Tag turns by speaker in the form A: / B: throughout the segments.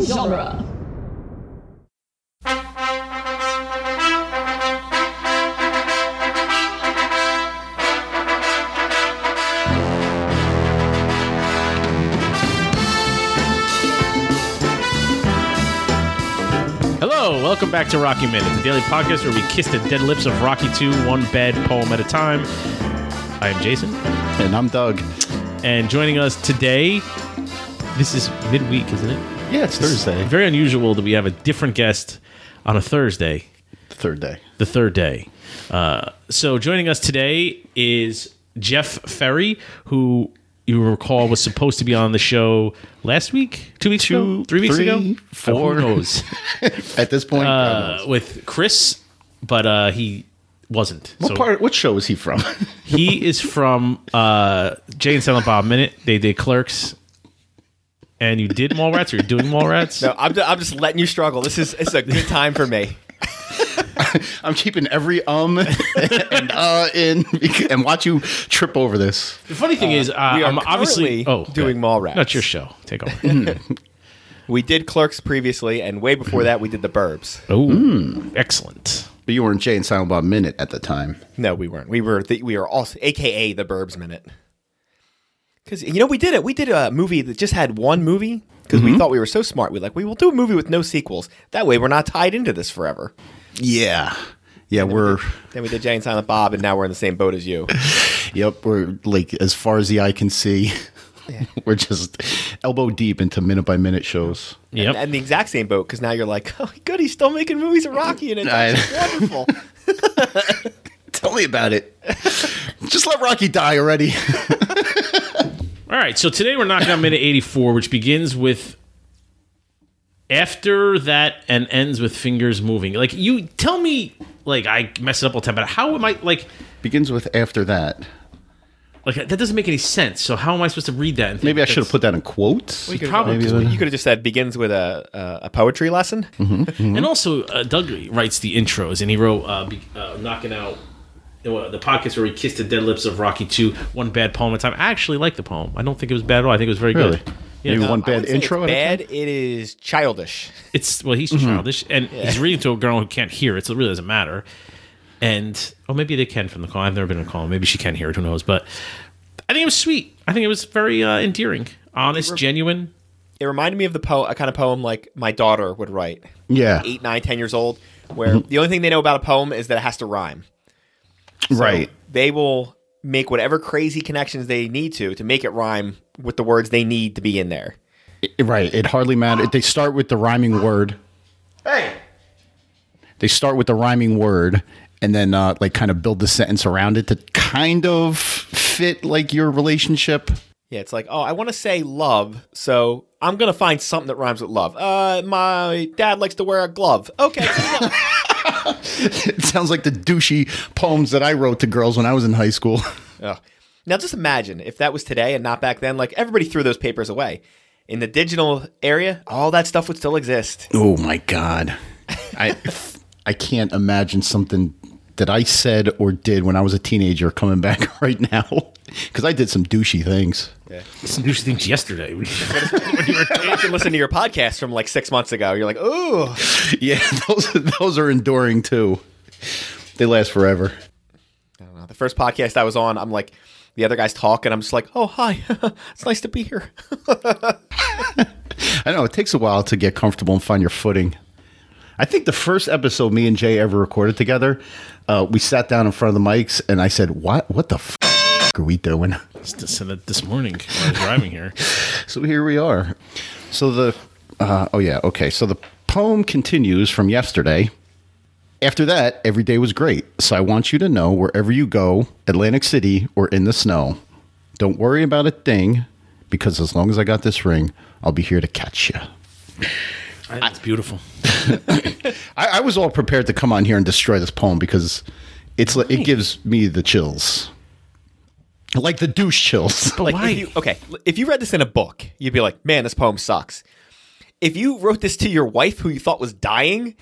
A: genre.
B: Hello, welcome back to Rocky Minute, the daily podcast where we kiss the dead lips of Rocky 2 one bad poem at a time. I am Jason,
C: And I'm Doug.
B: and joining us today, this is midweek, isn't it?
C: Yeah, it's Thursday.
B: Very unusual that we have a different guest on a Thursday,
C: Third day.
B: the third day. Uh, so joining us today is Jeff Ferry, who you recall was supposed to be on the show last week, two weeks ago,
C: Two,
B: three weeks
C: three,
B: ago,
C: four.
B: Who knows?
C: At this point, God knows.
B: uh, with Chris, but uh, he wasn't.
C: what part? What show is he from?
B: he is from uh, Jay and Silent Bob Minute. They did Clerks, and you did Mallrats. Or you're doing Mallrats.
D: No, I'm, ju- I'm just letting you struggle. This is it's a good time for me.
C: I'm keeping every um and uh in and watch you trip over this.
B: The funny thing is, uh,
D: we are
B: I'm obviously oh,
D: currently doing Mallrats.
B: That's your show. Take over.
D: We did Clerks previously, and way before that, we did The Burbs.
B: oh, excellent.
C: But you were in Jay and Silent Bob Minute at the time.
D: No, we weren't. We were the, we were also AKA The Burbs Minute. Because you know we did it. We did a movie that just had one movie because
B: Mm-hmm.
D: we thought we were so smart. We like we will do a movie with no sequels. That way we're not tied into this forever.
C: Yeah. Yeah, we're
D: Then we did Jay and Silent Bob, and now we're in the same boat as you.
C: yep, we're like as far as the eye can see. we're just elbow deep into minute by minute shows.
B: Yep.
D: and, and the exact same boat because now you're like, oh, good, he's still making movies of Rocky, and it's
C: I-
D: actually wonderful.
C: Tell me about it. just let Rocky die already.
B: All right, so today we're knocking on minute 84, which begins with after that and ends with fingers moving. Like, you tell me, like, I mess it up all the time, but how am I, like,
C: Begins with after that.
B: like that doesn't make any sense. So, how am I supposed to read that? and think
C: Maybe I
B: that's-
C: should have put that in quotes.
B: You probably
C: Maybe
D: you could have just said begins with a a, a poetry lesson.
B: And also, uh, Doug writes the intros, and he wrote uh, be, uh, "Knocking Out." uh, The podcast where we kissed the dead lips of Rocky Two, one bad poem at a time. I actually like the poem. I don't think it was bad at all. I think it was very
C: Really?
B: good. Yeah,
C: Maybe one bad
D: I wouldn't say it's
C: intro. at a time?
D: bad. It is childish.
B: it's well, he's
C: Mm-hmm.
B: childish, and he's reading to a girl who can't hear it, so it really doesn't matter. And oh, maybe they can from the call. I've never been in a call. Maybe she can hear it. Who knows? But I think it was sweet. I think it was very uh, endearing, honest, genuine.
D: It reminded me of the po- a kind of poem like my daughter would write,
C: Yeah.
D: eight, nine, ten years old, where
C: Mm-hmm.
D: the only thing they know about a poem is that it has to rhyme.
C: right.
D: They will make whatever crazy connections they need to to make it rhyme with the words they need to be in there.
C: Right. It hardly matters. They start with the rhyming word.
D: Hey,
C: They start with the rhyming word and then uh, like kind of build the sentence around it to kind of fit like your relationship.
D: Yeah, it's like, oh, I want to say love, so I'm gonna find something that rhymes with love. Uh, my dad likes to wear a glove. Okay,
C: It sounds like the douchey poems that I wrote to girls when I was in high school.
D: Ugh. now just imagine if that was today and not back then. Like everybody threw those papers away. In the digital area, all that stuff would still exist.
C: Oh my god. I I can't imagine something that I said or did when I was a teenager coming back right now cuz I did some douchey things.
B: Some new things yesterday.
D: you can listen to your podcast from like six months ago. You're like, ooh,
C: Yeah, those those are enduring too. They last forever.
D: I don't know. The first podcast I was on, I'm like, the other guy's talking. I'm just like, oh hi, it's nice to be here.
C: I know it takes a while to get comfortable and find your footing. I think the first episode me and Jay ever recorded together, uh, we sat down in front of the mics and I said, "What? What the f- are we doing?"
B: Just said that this morning when I was driving here.
C: So here we are. So the uh, oh yeah okay. So the poem continues from yesterday. After that, every day was great. So I want you to know wherever you go, Atlantic City or in the snow, don't worry about a thing because as long as I got this ring, I'll be here to catch you.
B: I think it's beautiful.
C: I, I was all prepared to come on here and destroy this poem because it's like it gives me the chills, like the douche chills.
D: Like
B: why?
D: if you okay, if you read this in a book, you'd be like, "Man, this poem sucks." If you wrote this to your wife who you thought was dying,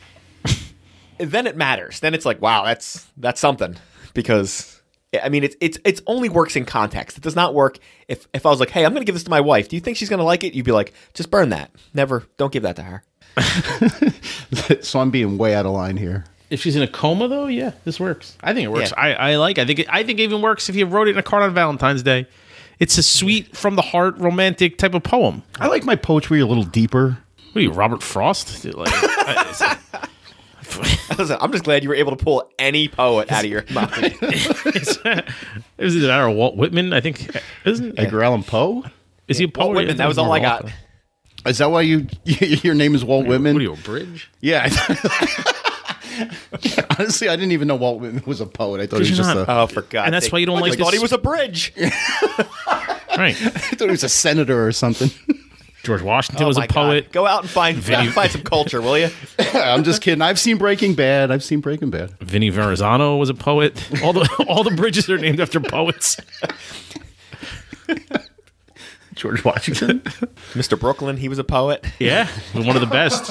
D: then it matters. Then it's like, "Wow, that's that's something." Because I mean, it's it's it's only works in context. It does not work if if I was like, hey, I'm going to give this to my wife. Do you think she's going to like it? You'd be like, just burn that. Never. Don't give that to her.
C: so I'm being way out of line here.
B: If she's in a coma, though, yeah, this works. I think it works. I, I like. I think. It, I think it even works if you wrote it in a card on Valentine's Day. It's a sweet, from the heart, romantic type of poem.
C: I like my poetry a little deeper.
B: What are you, Robert Frost? Like, I-
D: Listen, I'm just glad you were able to pull any poet out of your mind.
B: it's- it's- it was either that or Walt Whitman. I think isn't
C: Edgar Allen Poe?
B: is he a poet?
D: Walt Whitman, that was all I got.
C: Is that why you your name is Walt
B: What are
C: Whitman?
B: you, a bridge?
C: Yeah. Honestly, I didn't even know Walt Whitman was a poet. I thought he was
B: Did you
C: just
B: not?
C: a,
D: Oh, for God!
B: And that's why you don't
D: I
B: like
D: just thought
B: this-
D: he was a bridge.
B: Right.
C: I thought he was a senator or something.
B: George Washington was
D: Oh
B: a
D: my God.
B: poet.
D: Go out and find go out and find some culture, will you?
C: I'm just kidding. I've seen Breaking Bad. I've seen Breaking Bad.
B: Vinny Verrazano was a poet. All the all the bridges are named after poets.
C: George Washington.
D: Mr. Brooklyn, he was a poet.
B: Yeah, one of the best.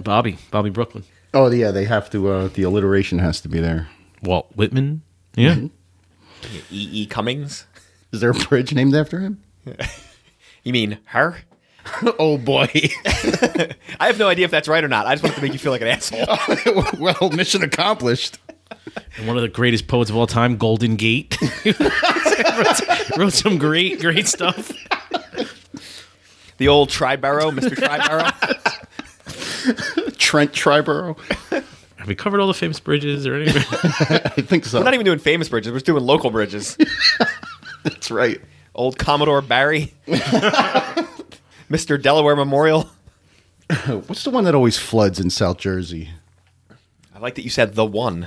B: Bobby, Bobby Brooklyn,
C: oh yeah, they have to. Uh, the alliteration has to be there.
B: Walt Whitman. Mm-hmm. Yeah,
D: E. E. Cummings.
C: Is there a bridge named after him?
D: You mean her?
C: oh boy.
D: I have no idea if that's right or not. I just wanted to make you feel like an asshole.
C: well, mission accomplished.
B: and one of the greatest poets of all time, Golden Gate. wrote, wrote some great, great stuff.
D: The old Tribarrow, Mr. Tribarrow.
C: Trent Triborough.
B: Have we covered all the famous bridges or anything?
C: I think so.
D: We're not even doing famous bridges. We're just doing local bridges.
C: That's right.
D: Old Commodore Barry. Mr. Delaware Memorial.
C: What's the one that always floods in South Jersey?
D: I like that you said the one.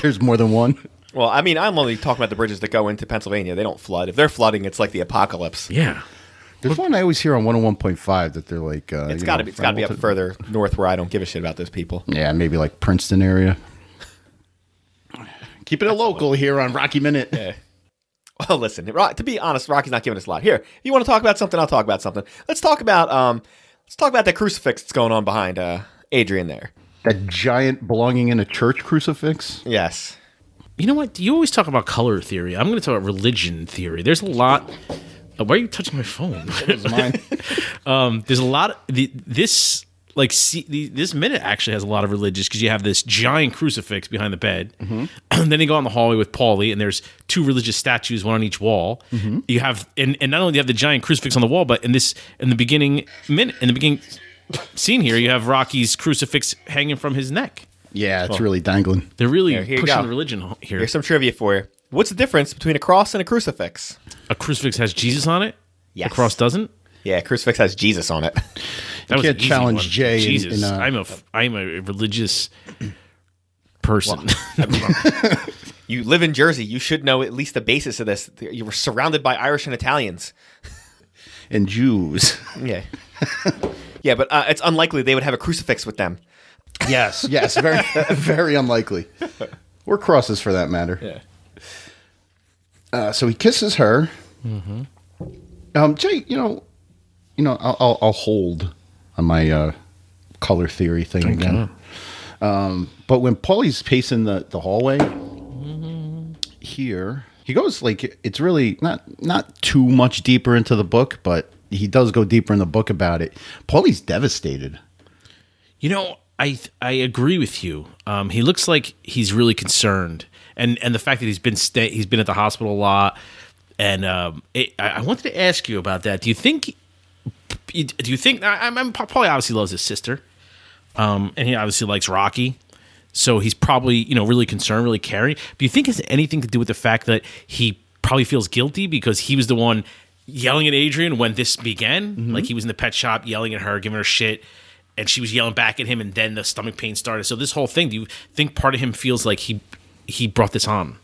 C: There's more than one.
D: Well, I mean, I'm only talking about the bridges that go into Pennsylvania. They don't flood. If they're flooding, it's like the apocalypse.
B: yeah,
C: There's one I always hear on 101.5 that they're like. Uh,
D: It's
C: you
D: got to
C: know,
D: be. It's got to be up
C: Hamilton-
D: further north where I don't give a shit about those people.
C: Yeah, maybe like Princeton area. Keeping it local here on Rocky Minute.
D: Eh. Well, listen, Ro- to be honest, Rocky's not giving us a lot. Here, if you want to talk about something, I'll talk about something. Let's talk about um, let's talk about that crucifix that's going on behind uh, Adrian there.
C: That giant belonging in a church crucifix.
D: Yes,
B: you know what? You always talk about color theory. I'm going to talk about religion theory. There's a lot. Uh, Why are you touching my phone?
C: Mine.
B: um, there's a lot of the, this like see, the, this minute actually has a lot of religious because you have this giant crucifix behind the bed
D: Mm-hmm.
B: and then you go on the hallway with paulie and there's two religious statues one on each wall
D: Mm-hmm.
B: you have and, and not only do you have the giant crucifix on the wall but in this in the beginning minute in the beginning scene here you have rocky's crucifix hanging from his neck
C: yeah, it's really dangling.
B: they're really
D: here you
B: pushing
D: go.
B: the religion ho- here
D: here's some trivia for you. What's the difference between a cross and a crucifix?
B: a crucifix has jesus on it
D: Yes.
B: a cross doesn't
D: Yeah, a crucifix has Jesus on it.
B: That was
C: can't
B: an easy
C: challenge
B: one.
C: Jay in-
B: Jesus,
C: in uh, a-
B: I'm a f- I'm a religious person.
D: you live in Jersey. You should know at least the basis of this. You were surrounded by Irish and Italians.
C: And Jews.
D: Yeah. yeah, but uh, it's unlikely they would have a crucifix with them.
C: Yes. yes, very very unlikely. Or crosses for that matter. Uh, so he kisses her. Um, Jay, you know, you know, I'll, I'll, I'll hold on my uh, color theory thing again. Um, but when Paulie's pacing the, the hallway here, he goes like it's really not not too much deeper into the book, but he does go deeper in the book about it. Paulie's devastated.
B: you know, I I agree with you. Um, he looks like he's really concerned, and and the fact that he's been stay he's been at the hospital a lot. And um, it, I, I wanted to ask you about that. Do you think? Do you think? I, I'm, I'm probably obviously loves his sister, um, and he obviously likes Rocky. So he's probably, you know, really concerned, really caring. Do you think it has anything to do with the fact that he probably feels guilty because he was the one yelling at Adrian when this began? Like he was in the pet shop yelling at her, giving her shit, and she was yelling back at him, and then the stomach pain started. So this whole thing, do you think part of him feels like he he brought this on?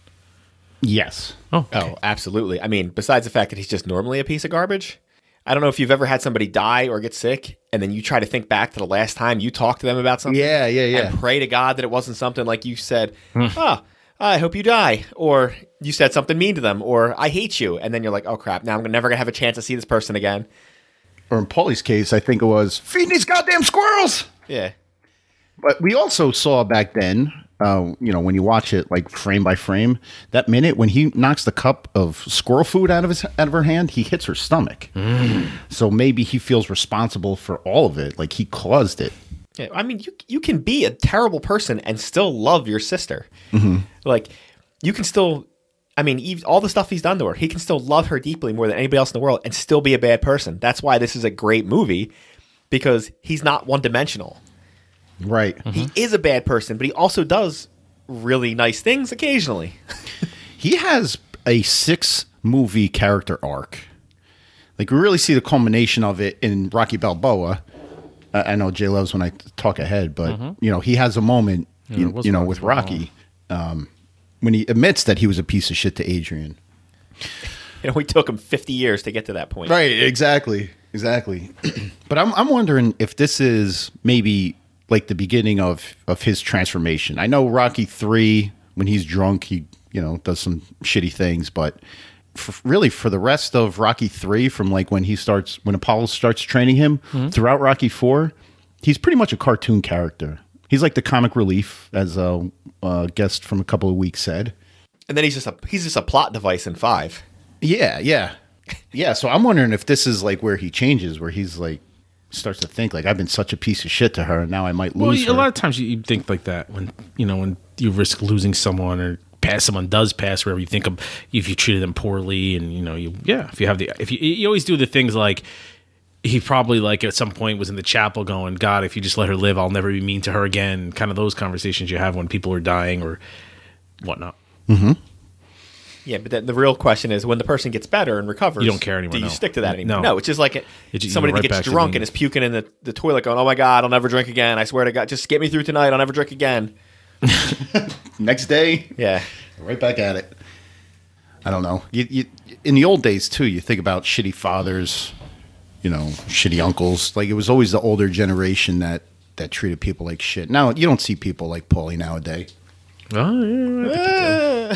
C: Yes.
B: Oh,
D: Oh, absolutely. I mean, besides the fact that he's just normally a piece of garbage, I don't know if you've ever had somebody die or get sick, and then you try to think back to the last time you talked to them about something.
C: Yeah, yeah, yeah. Hmm.
D: And pray to God that it wasn't something like you said, oh, I hope you die, or you said something mean to them, or I hate you. And then you're like, oh crap, now I'm never going to have a chance to see this person again.
C: or in Paulie's case, I think it was feeding these goddamn squirrels.
D: Yeah.
C: But we also saw back then uh, you know, when you watch it like frame by frame, that minute when he knocks the cup of squirrel food out of his out of her hand, he hits her stomach. So maybe he feels responsible for all of it, like he caused it.
D: Yeah, I mean, you you can be a terrible person and still love your sister. Like, you can still, I mean, ev all the stuff he's done to her, he can still love her deeply more than anybody else in the world and still be a bad person. That's why this is a great movie because he's not one dimensional.
C: Right.
D: He is a bad person, but he also does really nice things occasionally.
C: he has a six movie character arc. Like we really see the culmination of it in Rocky Balboa. I, I know Jay loves when I talk ahead, but you know he has a moment,
B: it
C: you,
B: Mm-hmm. was
C: you know,
B: Rocky
C: with Rocky um, when he admits that he was a piece of shit to Adrian.
D: You know, we took him 50 years to get to that point.
C: Right, exactly. Exactly. but I'm I'm wondering if this is maybe like the beginning of of his transformation. I know Rocky 3 when he's drunk he, you know, does some shitty things, but f really for the rest of Rocky 3 from like when he starts when Apollo starts training him throughout Rocky 4, he's pretty much a cartoon character. He's like the comic relief as a uh, guest from a couple of weeks said.
D: And then he's just a he's just a plot device in 5.
C: Yeah, yeah. Yeah, so I'm wondering if this is like where he changes, where he's like starts to think like I've been such a piece of shit to her and now I might
B: Well,
C: lose
B: a
C: her.
B: lot of times you, you think like that when you know when you risk losing someone or pass someone does pass wherever you think of if you treated them poorly and you know you yeah if you have the if you you always do the things like he probably like at some point was in the chapel going God if you just let her live I'll never be mean to her again kind of those conversations you have when people are dying or whatnot
D: Yeah, but then the real question is when the person gets better and recovers,
B: You don't care anymore,
D: Do you
B: no.
D: stick to that anymore?
B: No.
D: No, it's just like it,
B: It- you
D: somebody
B: go right
D: that
B: back
D: gets
B: to
D: drunk
B: the-
D: and is puking in the, the toilet going, oh my God, I'll never drink again. I swear to God, just get me through tonight. I'll never drink again.
C: Next day,
D: Yeah.
C: right back at it. I don't know. You, you, in the old days too, you think about shitty fathers, you know, shitty uncles. Like it was always the older generation that that treated people like shit. Now you don't see people like Paulie nowadays.
B: oh yeah,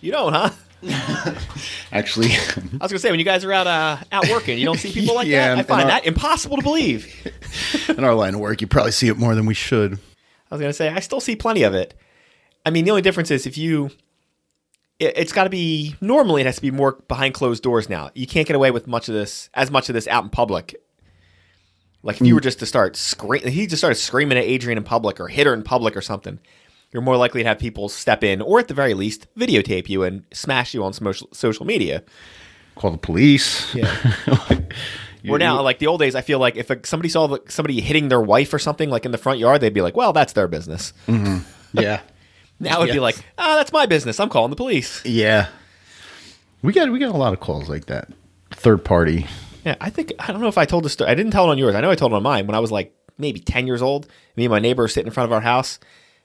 D: You don't, huh?
C: Actually,
D: I was going to say, when you guys are out uh, out working, you don't see people like
C: Yeah,
D: that? I
C: and-
D: find
C: and I-
D: that impossible to believe.
C: in our line of work, you probably see it more than we should.
D: I was going to say, I still see plenty of it. I mean, the only difference is if you, it, it's got to be, normally it has to be more behind closed doors now. You can't get away with much of this, as much of this out in public. Like if you were just to start screaming, he just started screaming at Adrian in public or hit her in public or something, you're more likely to have people step in or at the very least videotape you and smash you on social, social media.
C: Call the police. Yeah.
D: Where now, like the old days, I feel like if like, somebody saw like, somebody hitting their wife or something like in the front yard, they'd be like, well, that's their business.
C: yeah.
D: Now it'd be
C: Yes.
D: like, oh, that's my business. I'm calling the police.
C: Yeah. We got we got a lot of calls like that. Third party.
D: Yeah, I think I don't know if I told this story. I didn't tell it on yours. I know I told it on mine when I was like maybe ten years old. Me and my neighbor were sitting in front of our house,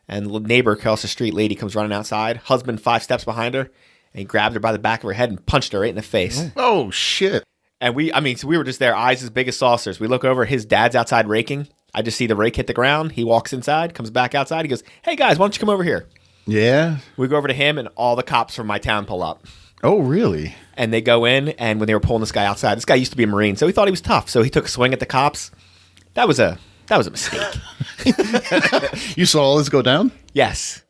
D: and the neighbor across the street lady comes running outside. Husband five steps behind her, and he grabbed her by the back of her head and punched her right in the face.
C: Oh shit.
D: And we, I mean, so we were just there, eyes as big as saucers. We look over, his dad's outside raking. I just see the rake hit the ground. He walks inside, comes back outside. He goes, "Hey guys, why don't you come over here?"
C: Yeah.
D: We go over to him, and all the cops from my town pull up.
C: Oh really?
D: and they go in and when they were pulling this guy outside this guy used to be a marine so he thought he was tough so he took a swing at the cops that was a that was a mistake
C: You saw all this go down?
D: yes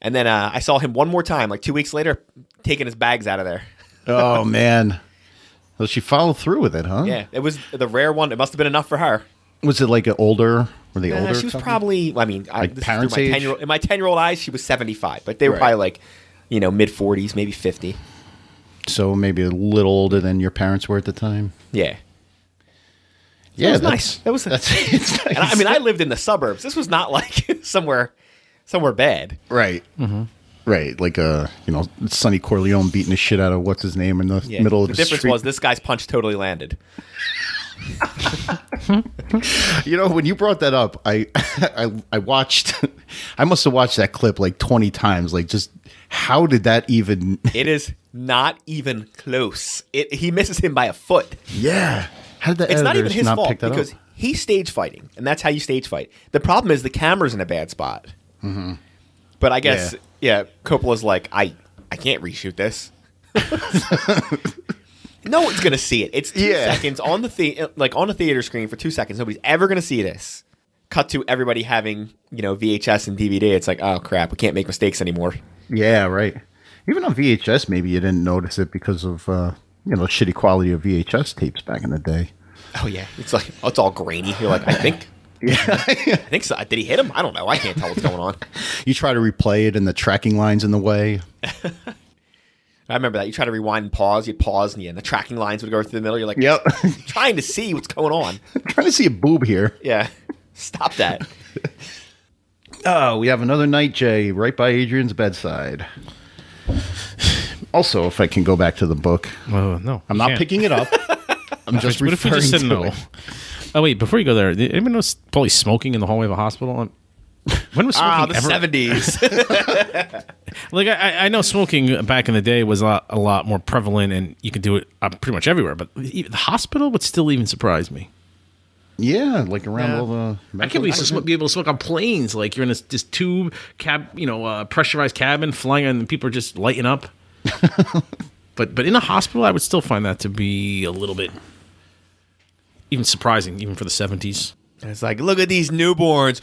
D: and then uh, i saw him one more time like two weeks later taking his bags out of there
C: Oh man. Well, she followed through with it, huh?
D: yeah it was the rare one it must have been enough for her
C: Was it like an older? Were they
D: Uh,
C: older?
D: she was
C: couple?
D: probably i mean I,
C: Like
D: this is
C: parents'
D: through my
C: age?
D: 10 year old in my 10 year old eyes she was 75 but they were
C: Right.
D: probably like you know mid 40s maybe 50
C: so maybe a little older than your parents were at the time.
D: yeah
C: Yeah,
D: was
C: that's
D: nice. That was-
C: that's it's nice.
D: and I, I mean i lived in the suburbs this was not like somewhere somewhere bad
C: right,
D: Mm-hmm.
C: right, like a you know Sonny Corleone beating the shit out of what's his name in the middle of the,
D: the difference
C: street.
D: was this guy's punch totally landed
C: You know, when you brought that up, I I, I watched I must have watched that clip like 20 times. Like just how did that even
D: It is not even close. It, he misses him by a foot.
C: Yeah. How did that
D: It's not even
C: editors
D: his fault
C: pick that
D: because
C: up?
D: he's stage fighting, and that's how you stage fight. The problem is the camera's in a bad spot.
C: Mm-hmm.
D: But I guess yeah. Coppola's like I I can't reshoot this. no one's gonna see it. It's two
C: Yeah.
D: seconds on the, the like on the theater screen for two seconds. Nobody's ever gonna see this. cut to everybody having you know VHS and DVD. It's like, oh crap, we can't make mistakes anymore.
C: Yeah, right. Even on VHS, maybe you didn't notice it because of uh, you know shitty quality of VHS tapes back in the day.
D: Oh yeah, it's like oh, it's all grainy. You're like, I think. I think so. Did he hit him? I don't know. I can't tell what's going on.
C: You try to replay it, and the tracking lines in the way.
D: I remember that. You try to rewind and pause. You'd pause, and, yeah, and the tracking lines would go through the middle. You're like,
C: Yep.
D: trying to see what's going on.
C: trying to see a boob here.
D: Yeah, stop that.
C: Oh, we have another night, Jay, right by Adrian's bedside. Also, if I can go back to the book,
B: Well, no,
C: I'm not picking it up. I'm just
B: What if we
C: referring
B: just said
C: to
B: no?
C: it.
B: Oh wait, before you go there, did anyone was probably smoking in the hallway of a hospital. Um, When was smoking
D: Ah, the
B: ever?
D: seventies.
B: Like I- I, I know smoking back in the day was a lot, a lot more prevalent, and you could do it uh, pretty much everywhere. But e- the hospital would still even surprise me.
C: Yeah, like around all the.
B: I can't believe to smoke, be able to smoke on planes. Like you're in this, this tube cab, you know, uh, pressurized cabin, flying, and people are just lighting up. but but in a hospital, I would still find that to be a little bit even surprising, even for the seventies.
D: it's like, look at these newborns.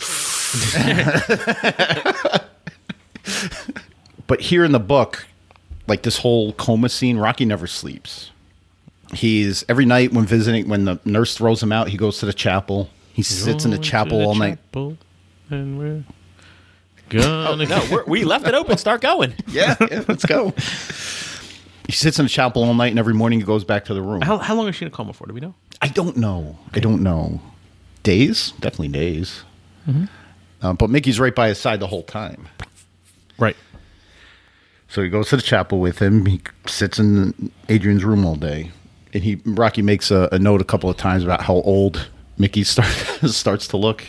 C: But here in the book, like this whole coma scene, Rocky never sleeps. He's every night when visiting, when the nurse throws him out, he goes to the chapel. He sits in the chapel all night.
B: night. And we're gonna
D: No, we're, we left it open. Start going.
C: Yeah, yeah, let's go. He sits in the chapel all night, and every morning he goes back to the room.
B: How, how long is she in a coma for? Do we know?
C: I don't know. I don't know. Days? Definitely days.
B: Mm-hmm.
C: Uh, but Mickey's right by his side the whole time.
B: Right.
C: So he goes to the chapel with him. He sits in Adrian's room all day, and he Rocky makes a, a note a couple of times about how old Mickey start, starts to look.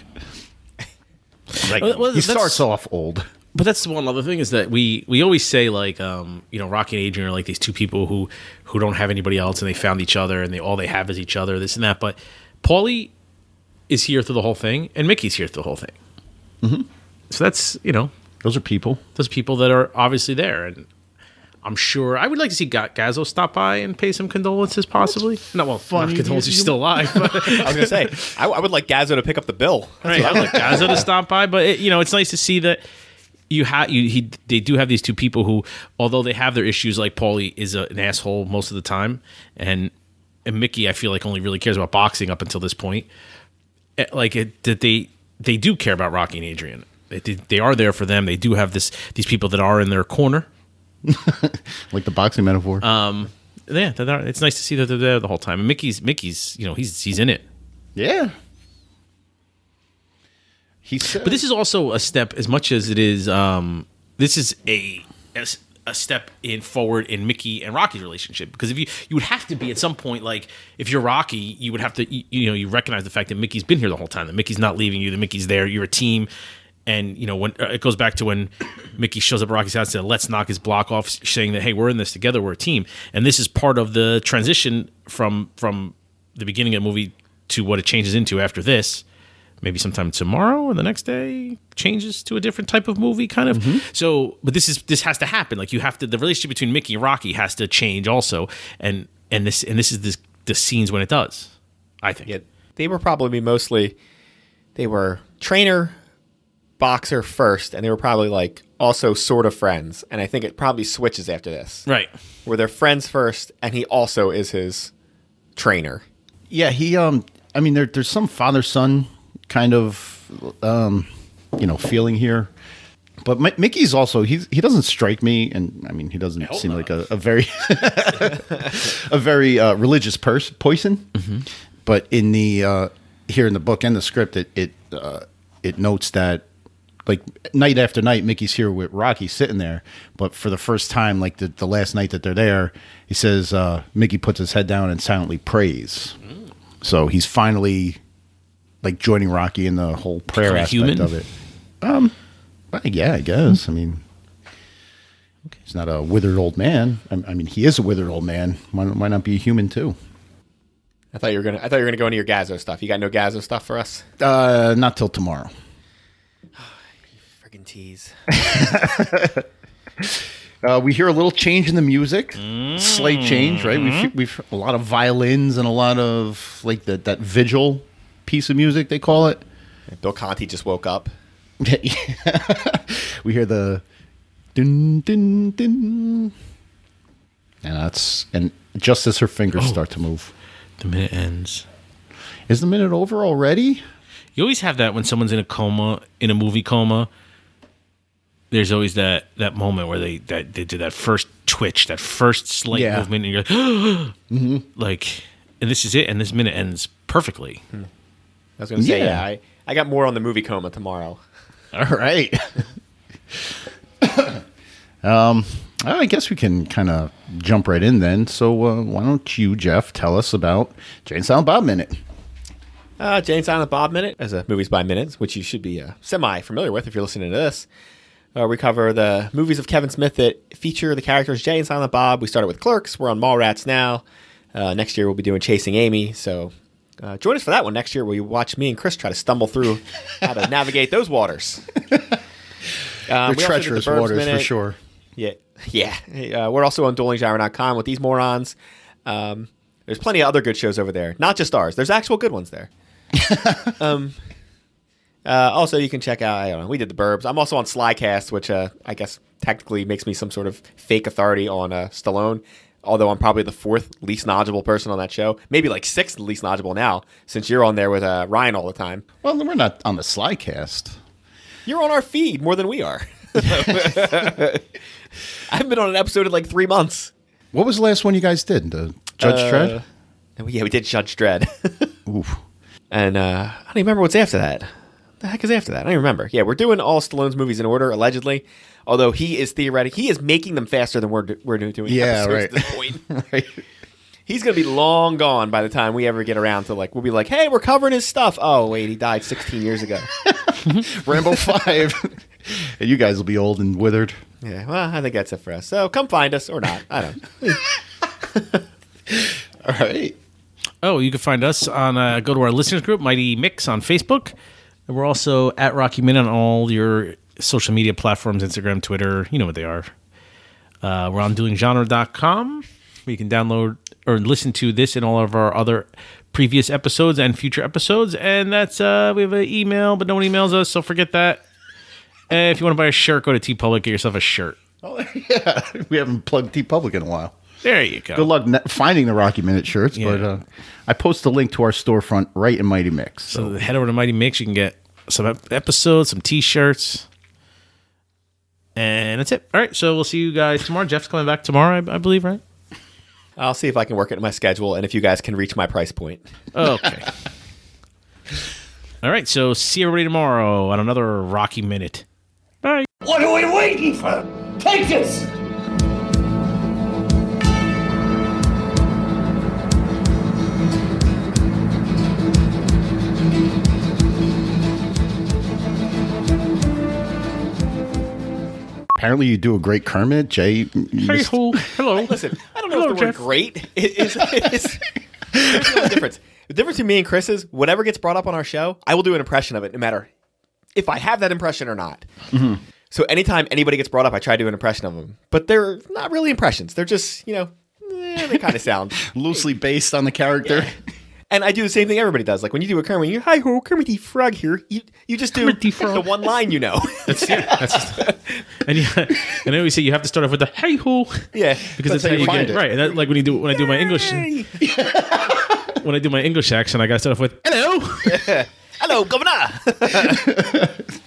C: Like,
B: Well, well,
C: he
B: that's-
C: starts off old.
B: But that's the one other thing is that we we always say like um, you know Rocky and Adrian are like these two people who who don't have anybody else and they found each other and they all they have is each other this and that. But Paulie is here through the whole thing and Mickey's here through the whole thing. Mm-hmm. So that's you know
C: Those are people.
B: those people that are obviously there and. I'm sure I would like to see Ga- Gazzo stop by and pay some condolences, possibly. No, well,
C: funny.
B: not condolences. He's still alive. but-
D: I was gonna say, I, I would like Gazzo to pick up the bill.
B: Right. I like Gaza to stop by, but it, you know, it's nice to see that you have you he they do have these two people who, although they have their issues, like Paulie is a, an asshole most of the time, and and Mickey, I feel like only really cares about boxing up until this point. Eh, Like it, that they they do care about Rocky and Adrian. They, they they are there for them. They do have this these people that are in their corner.
C: Like the boxing metaphor.
B: Uh, Yeah, that are- it's nice to see that they're there the whole time. And Mickey's Mickey's you know he's he's in it.
C: yeah. He said,
B: But this is also a step, as much as it is. Um, this is a a, a step in forward in Mickey and Rocky's relationship because if you you would have to be at some point like if you're Rocky, you would have to you, you know you recognize the fact that Mickey's been here the whole time, that Mickey's not leaving you, that Mickey's there, you're a team. And you know when uh, it goes back to when Mickey shows up at Rocky's house and said, "Let's knock his block off," saying that, "Hey, we're in this together. We're a team." And this is part of the transition from from the beginning of the movie to what it changes into after this maybe sometime tomorrow or the next day changes to a different type of movie kind of so but this is this has to happen like you have to the relationship between mickey and rocky has to change also and and this and this is this the scenes when it does i think
D: Yeah, they were probably mostly they were trainer, boxer first, and they were probably like also sort of friends. And I think it probably switches after this,
B: right
D: where they're friends first, and he also is his trainer.
C: yeah, he. Um, I mean, there, there's some father son kind of, um, you know, feeling here. But Mi- Mickey's also he's he doesn't strike me, and I mean he doesn't seem like a, a very a very uh, religious pers- person. But in the uh, here in the book and the script, it it uh, it notes that like night after night, Mickey's here with Rocky sitting there. But for the first time, like the, the last night that they're there, he says uh, Mickey puts his head down and silently prays.
B: Mm.
C: So he's finally like joining Rocky in the whole prayer
B: Becoming
C: aspect
B: human?
C: of it. Um, Well, yeah, I guess. I mean, he's not a withered old man. I, I mean, he is a withered old man. Why, why not be a human too?
D: I thought you were gonna. I thought you were gonna go into your Gazzo stuff. You got no Gazzo stuff for us?
C: Uh, not till tomorrow.
D: Freaking tease.
C: Uh, we hear a little change in the music, slight change, right? We've, we've a lot of violins and a lot of like that that vigil piece of music they call it.
D: Bill Conti just woke up.
C: we hear the dun dun dun, and that's and just as her fingers start to move,
B: The minute ends.
C: is the minute over already?
B: You always have that when someone's in a coma, in a movie coma. There's always that that moment where they that they do that first twitch, that first slight
C: Yeah.
B: movement, and you're like, Mm-hmm. like, and this is it, and this minute ends perfectly.
D: I was going to say,
C: Yeah.
D: yeah, I, I got more on the movie coma tomorrow.
C: All right. um, I guess we can kind of jump right in then. So uh, why don't you, Jeff, tell us about Jane Silent Bob Minute?
D: Uh, Jane Silent Bob Minute as a Movies by Minutes, which you should be uh, semi familiar with if you're listening to this. Uh, we cover the movies of Kevin Smith that feature the characters Jay and Silent Bob. We started with Clerks. We're on Mallrats now. Uh, next year we'll be doing Chasing Amy. So uh, join us for that one next year where you watch me and Chris try to stumble through how to navigate those waters. Um,
C: They're
D: Uh, we also did the
C: treacherous
D: Burbs
C: waters for
D: Minute.
C: sure.
D: Yeah, yeah. Uh, we're also on duelinggenre.com with these morons. Um, there's plenty of other good shows over there, not just ours. There's actual good ones there. um, uh, also, you can check out. I don't know. We did the Burbs. I'm also on Slycast, which uh, I guess technically makes me some sort of fake authority on uh, Stallone. Although I'm probably the fourth least knowledgeable person on that show, maybe like sixth least knowledgeable now, since you're on there with uh, Ryan all the time.
C: Well, we're not on the Slycast.
D: You're on our feed more than we are. I haven't been on an episode in like three months.
C: What was the last one you guys did? The Judge
D: Uh,
C: Dredd?
D: And we- yeah, we did Judge Dredd.
C: Oof.
D: and uh, I don't even remember what's after that. The heck is after that? I don't even remember. Yeah, we're doing all Stallone's movies in order, allegedly. Although he is theoretic, he is making them faster than we're do- we're do- doing.
C: Yeah,
D: episodes
C: right.
D: At this point.
C: Right.
D: He's gonna be long gone by the time we ever get around to like we'll be like, hey, we're covering his stuff. Oh wait, he died 16 years ago.
C: Rambo 5. and you guys will be old and withered.
D: yeah, well, I think that's it for us. So come find us or not. I don't.
C: All right.
B: Oh, you can find us on uh, go to our listeners group, Mighty Mix, on Facebook. And we're also at Rocky Minute on all your social media platforms Instagram, Twitter. You know what they are. Uh, we're on doinggenre.com. where You can download or listen to this and all of our other previous episodes and future episodes. And that's uh, we have an email, but no one emails us, so forget that. And if you want to buy a shirt, go to T Public, get yourself a shirt.
C: Oh, yeah. We haven't plugged T Public in a while.
B: There you go.
C: Good luck ne- finding the Rocky Minute shirts, but
B: Yeah.
C: uh, I post a link to our storefront right in Mighty Mix. So,
B: So head over to Mighty Mix. You can get some ep- episodes, some T-shirts, and that's it. All right. So we'll see you guys tomorrow. Jeff's coming back tomorrow, I, I believe, right?
D: I'll see if I can work it in my schedule and if you guys can reach my price point.
B: Okay. All right. So see everybody tomorrow on another Rocky Minute. Bye.
A: What are we waiting for? Take this!
C: apparently, you do a great Kermit, Jay. you
B: Hey
C: just-
B: ho. Hello.
D: Listen, I don't know
B: Hello,
D: if the word
B: Jeff.
D: great is. is, is the difference. The difference between me and Chris is whatever gets brought up on our show, I will do an impression of it, no matter if I have that impression or not.
B: Mm-hmm.
D: So anytime anybody gets brought up, I try to do an impression of them. But they're not really impressions. They're just, you know, eh, they kind of sound.
C: loosely based on the character.
D: And I do the same thing everybody does. Like when you do a Kermit, you're, hi ho, Kermit the Frog here. You, you just do
B: Kermit the
D: the
B: Frog.
D: one line you know.
B: That's, yeah, that's and yeah, and then we say you have to start off with the hey ho.
D: yeah.
B: Because that's,
C: how
B: how
C: you
B: you
C: find
B: get
C: it.
B: right. And that, like when you do when I do my English
D: Hey,
B: when I do my English accent, I got to start off with hello.
D: hello, Governor.